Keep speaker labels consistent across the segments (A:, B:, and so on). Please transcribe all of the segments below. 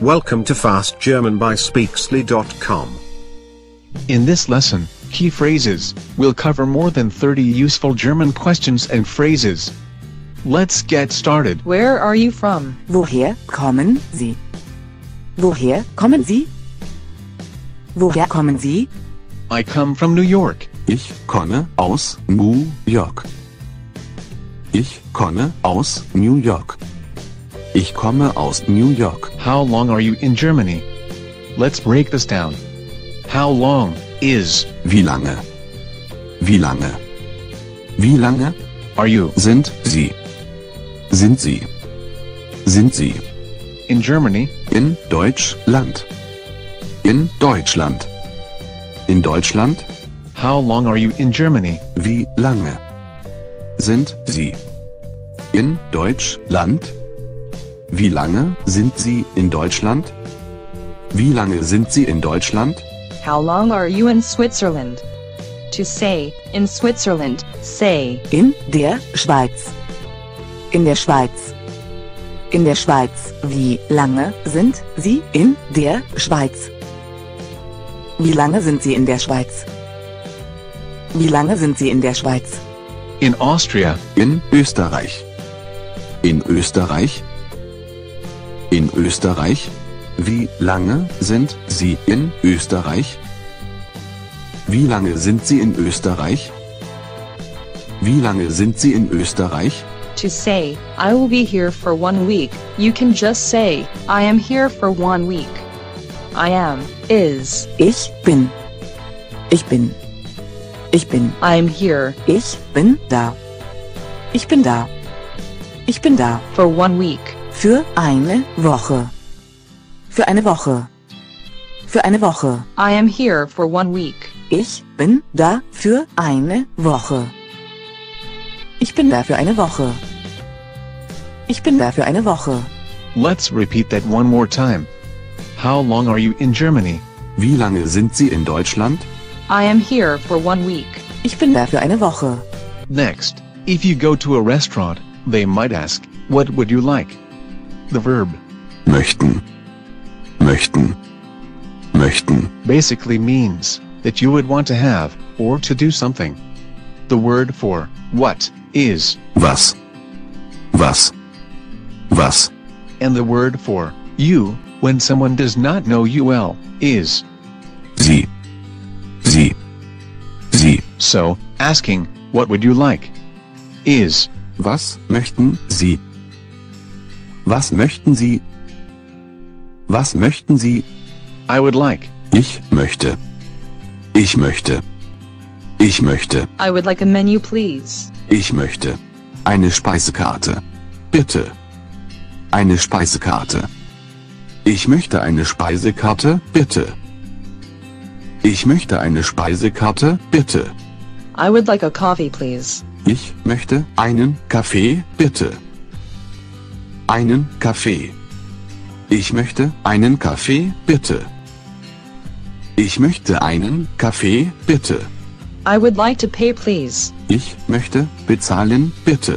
A: Welcome to Fast German by Speaksly.com.
B: In this lesson, Key Phrases will cover more than 30 useful German questions and phrases. Let's get started.
C: Where are you from?
D: Woher kommen Sie? Woher kommen Sie? Woher kommen Sie?
B: I come from New York.
E: Ich komme aus New York. Ich komme aus New York. Ich komme aus New York.
B: How long are you in Germany? Let's break this down. How long is
E: Wie lange? Wie lange? Wie lange
B: are you
E: sind Sie? Sind Sie? Sind Sie
B: in Germany?
E: in Deutschland? In Deutschland? In Deutschland?
B: How long are you in Germany?
E: Wie lange sind Sie in Deutschland? Wie lange sind Sie in Deutschland? Wie lange sind Sie in Deutschland?
C: How long are you in Switzerland? To say, in Switzerland, say,
D: In der Schweiz. In der Schweiz. In der Schweiz. Wie lange sind Sie in der Schweiz? Wie lange sind Sie in der Schweiz? Wie lange sind Sie in der Schweiz?
B: In Austria?
E: In Österreich. In Österreich? In Österreich? Wie lange sind Sie in Österreich? Wie lange sind Sie in Österreich? Wie lange sind Sie in Österreich?
C: to say, I will be here for one week, you can just say, I am here for one week. I am, is,
D: Ich bin. Ich bin. Ich bin.
C: I am here,
D: Ich bin da. Ich bin da. Ich bin da.
C: for one week.
D: Für eine Woche. Für eine Woche. Für eine Woche.
C: I am here for one week.
D: Ich bin da für eine Woche. Ich bin da für eine Woche. Ich bin da für eine Woche.
B: Let's repeat that one more time. How long are you in Germany?
E: Wie lange sind Sie in Deutschland?
C: I am here for one week.
D: Ich bin da für eine Woche.
B: Next, if you go to a restaurant, they might ask, What would you like? The verb
E: Möchten. Möchten. Möchten.
B: basically means that you would want to have or to do something. The word for what is,
E: Was? Was? Was?
B: and the word for you when someone does not know you well is.
E: Sie. Sie. Sie.
B: So, asking, What would you like? is
E: Was möchten Sie? Was möchten Sie? Was möchten Sie?
B: I would like.
E: Ich möchte. Ich möchte. Ich möchte.
C: I would like a menu, please.
E: Ich möchte. Eine Speisekarte. Bitte. Eine Speisekarte. Ich möchte eine Speisekarte, bitte. Ich möchte eine Speisekarte, bitte.
C: I would like a coffee, please.
E: Ich möchte einen Kaffee, bitte. Einen Kaffee. Ich möchte einen Kaffee, bitte. Ich möchte einen Kaffee, bitte.
C: I would like to pay, please.
E: Ich möchte bezahlen, bitte.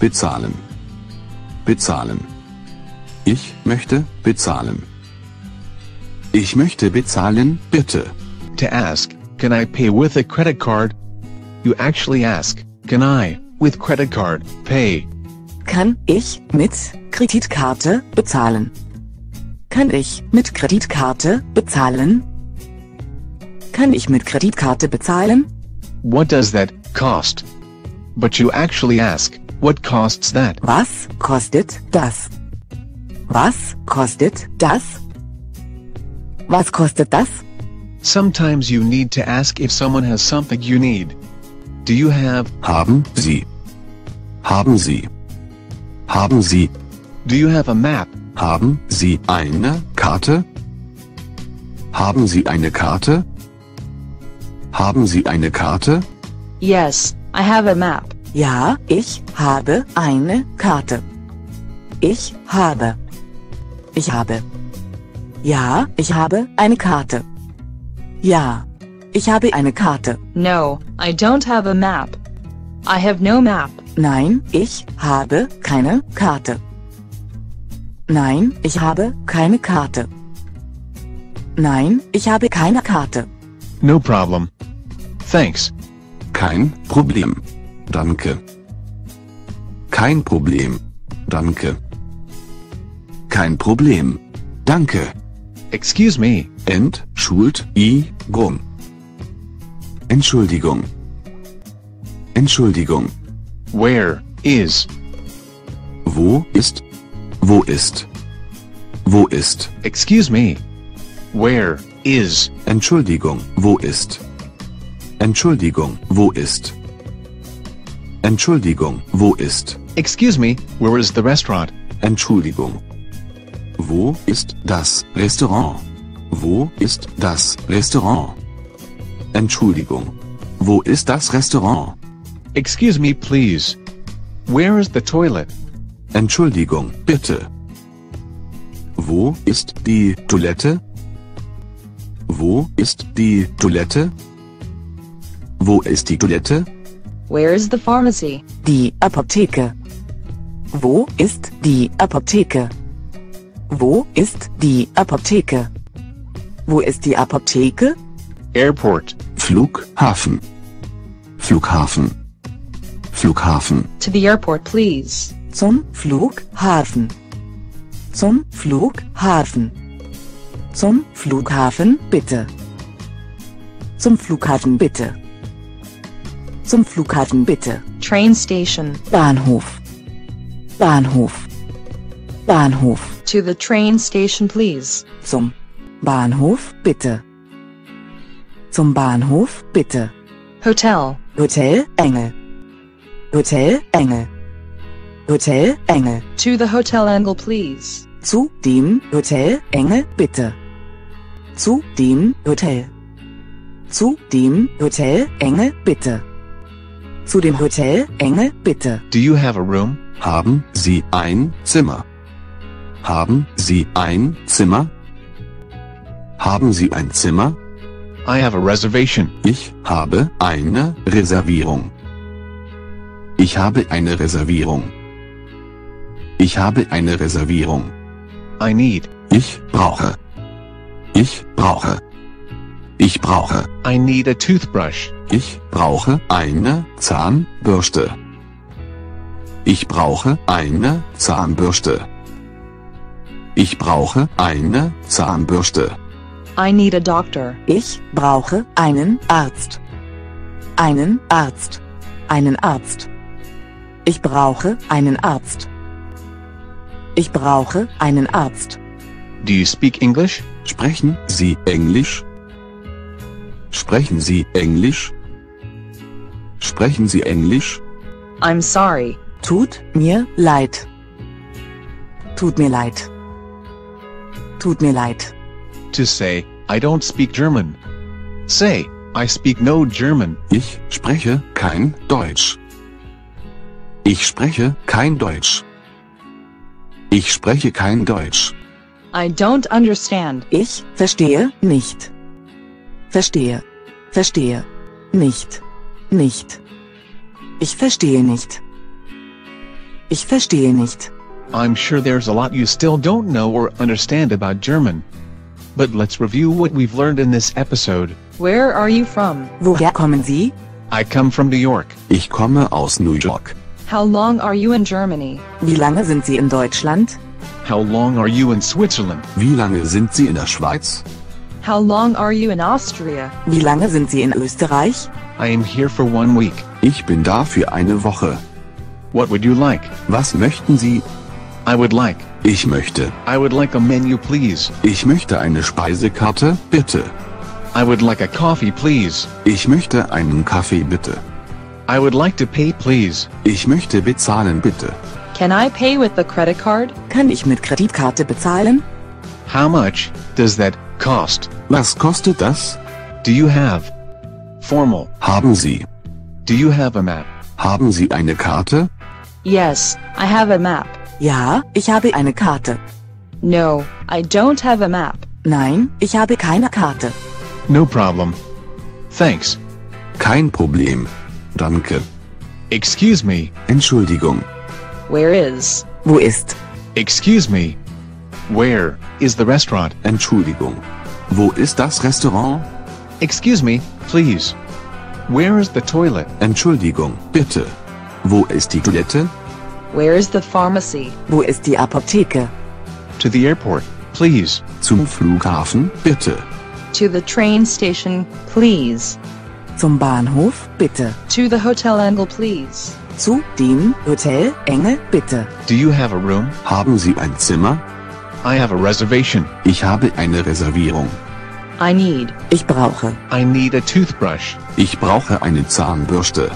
E: Bezahlen. Bezahlen. Ich möchte bezahlen. Ich möchte bezahlen, bitte.
B: to ask, Can I pay with a credit card? You actually ask, Can I, with credit card, pay?
D: Kann ich mit Kreditkarte bezahlen? Kann ich mit Kreditkarte bezahlen? Kann ich mit Kreditkarte bezahlen?
B: What does that cost? But you actually ask, What costs that?
D: Was kostet das? Was kostet das? Was kostet das?
B: Sometimes you need to ask if someone has something you need. Do you have,
E: Haben Sie. Haben Sie. Haben Sie.
B: do you have a map?
E: Haben Sie eine Karte? Haben Sie eine Karte? Haben Sie eine Karte?
C: Yes, I have a map.
D: Ja, ich habe eine Karte. Ich habe. Ich habe. Ja, ich habe eine Karte. Ja, ich habe eine Karte.
C: No, I don't have a map. I have no map.
D: Nein, ich habe keine Karte. Nein, ich habe keine Karte. Nein, ich habe keine Karte.
B: No problem. Thanks.
E: Kein Problem. Danke. Kein Problem. Danke. Kein Problem. Danke.
B: Excuse me.
E: Entschuldigung. Entschuldigung. Entschuldigung.
B: Where is
E: Wo ist? Wo ist? Wo ist?
B: Excuse me. Where is
E: Entschuldigung, wo ist? Entschuldigung, wo ist? Entschuldigung, wo ist?
B: Excuse me, where is the restaurant?
E: Entschuldigung. Wo ist das Restaurant? Wo ist das Restaurant? Entschuldigung. Wo ist das Restaurant?
B: Excuse me, please. Where is the toilet?
E: Entschuldigung, bitte. Wo ist die Toilette? Wo ist die Toilette? Wo ist die Toilette?
C: Where is the pharmacy?
D: Die Apotheke. Wo ist die Apotheke? Wo ist die Apotheke? Wo ist die Apotheke?
B: Airport.
E: Flughafen. Flughafen. Flughafen.
C: To the airport, please.
D: Zum Flughafen. Zum Flughafen. Zum Flughafen bitte. Zum Flughafen bitte. Zum Flughafen bitte.
C: Train station.
D: Bahnhof. Bahnhof. Bahnhof.
C: To the train station, please.
D: Zum Bahnhof bitte. Zum Bahnhof bitte.
C: Hotel.
D: Hotel Engel. Hotel Engel. Hotel Engel.
C: To the hotel angle, please.
D: Zu dem Hotel Engel bitte. Zu dem Hotel. Zu dem Hotel Engel bitte. Zu dem Hotel Engel bitte.
B: Do you have a room?
E: Haben Sie ein Zimmer? Haben Sie ein Zimmer? Haben Sie ein Zimmer?
B: I have a reservation.
E: Ich habe eine Reservierung. Ich habe eine Reservierung. Ich habe eine Reservierung.
B: I need.
E: Ich brauche. Ich brauche. Ich brauche.
B: I need a toothbrush.
E: Ich brauche eine Zahnbürste. Ich brauche eine Zahnbürste. Ich brauche eine Zahnbürste.
C: I need a doctor.
D: Ich brauche einen Arzt. Einen Arzt. Einen Arzt. Ich brauche einen Arzt. Ich brauche einen Arzt.
B: Do you speak English?
E: Sprechen Sie Englisch? Sprechen Sie Englisch? Sprechen Sie Englisch?
C: I'm sorry.
D: Tut mir leid. Tut mir leid. Tut mir leid.
B: To say, I don't speak German. Say, I speak no German.
E: Ich spreche kein Deutsch. Ich spreche kein Deutsch. Ich spreche kein Deutsch.
C: I don't understand.
D: Ich verstehe nicht. Verstehe. Verstehe. Nicht. Nicht. Ich verstehe nicht. Ich verstehe nicht.
B: I'm sure there's a lot you still don't know or understand about German. But let's review what we've learned in this episode.
C: Where are you from?
D: Woher kommen Sie?
B: I come from New York.
E: Ich komme aus New York.
C: How long are you in Germany?
D: Wie lange sind Sie in Deutschland?
B: How long are you in Switzerland?
E: Wie lange sind Sie in der Schweiz?
C: How long are you in Austria?
D: Wie lange sind Sie in Österreich?
B: I am here for one week.
E: Ich bin da für eine Woche.
B: What would you like?
E: Was möchten Sie?
B: I would like.
E: Ich möchte.
B: I would like a menu, please.
E: Ich möchte eine Speisekarte, bitte.
B: I would like a coffee, please.
E: Ich möchte einen Kaffee, bitte.
B: I would like to pay, please.
E: Ich möchte bezahlen, bitte.
C: Can I pay with the credit card?
D: Kann ich mit Kreditkarte bezahlen?
B: How much does that cost?
E: Was kostet das?
B: Do you have formal?
E: Haben Sie?
B: Do you have a map?
E: Haben Sie eine Karte?
C: Yes, I have a map.
D: Ja, ich habe eine Karte.
C: No, I don't have a map.
D: Nein, ich habe keine Karte.
B: No problem. Thanks.
E: Kein Problem. Danke.
B: Excuse me.
E: Entschuldigung.
C: Where is?
D: Wo ist?
B: Excuse me. Where is the restaurant?
E: Entschuldigung. Wo ist das Restaurant?
B: Excuse me, please. Where is the toilet?
E: Entschuldigung, bitte. Wo ist die Toilette?
C: Where is the pharmacy?
D: Wo ist die Apotheke?
B: To the airport, please.
E: Zum Flughafen, bitte.
C: To the train station, please.
D: Zum Bahnhof, bitte.
C: To the hotel angle, please.
D: Zu dem Hotel Engel, bitte.
B: Do you have a room?
E: Haben Sie ein Zimmer?
B: I have a reservation.
E: Ich habe eine Reservierung.
C: I need,
D: Ich brauche,
B: I need a toothbrush.
E: Ich brauche eine Zahnbürste.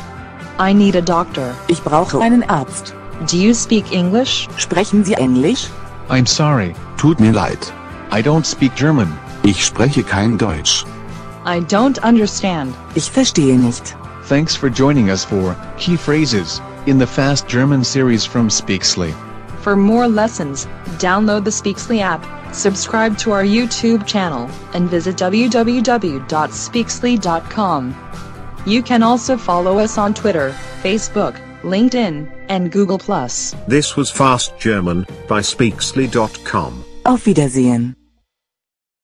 C: I need a doctor.
D: ich brauche einen Arzt.
C: Do you speak English?
D: Sprechen Sie Englisch?
B: I'm sorry,
E: Tut mir leid.
B: I don't speak German.
E: Ich spreche kein Deutsch.
C: I don't understand.
D: Ich verstehe nicht.
B: Thanks for joining us for Key Phrases in the Fast German series from Speaksly.
C: For more lessons, download the Speaksly app, subscribe to our YouTube channel, and visit www.speaksly.com. You can also follow us on Twitter, Facebook, LinkedIn, and Google+.
A: This was Fast German by Speaksly.com.
D: Auf Wiedersehen.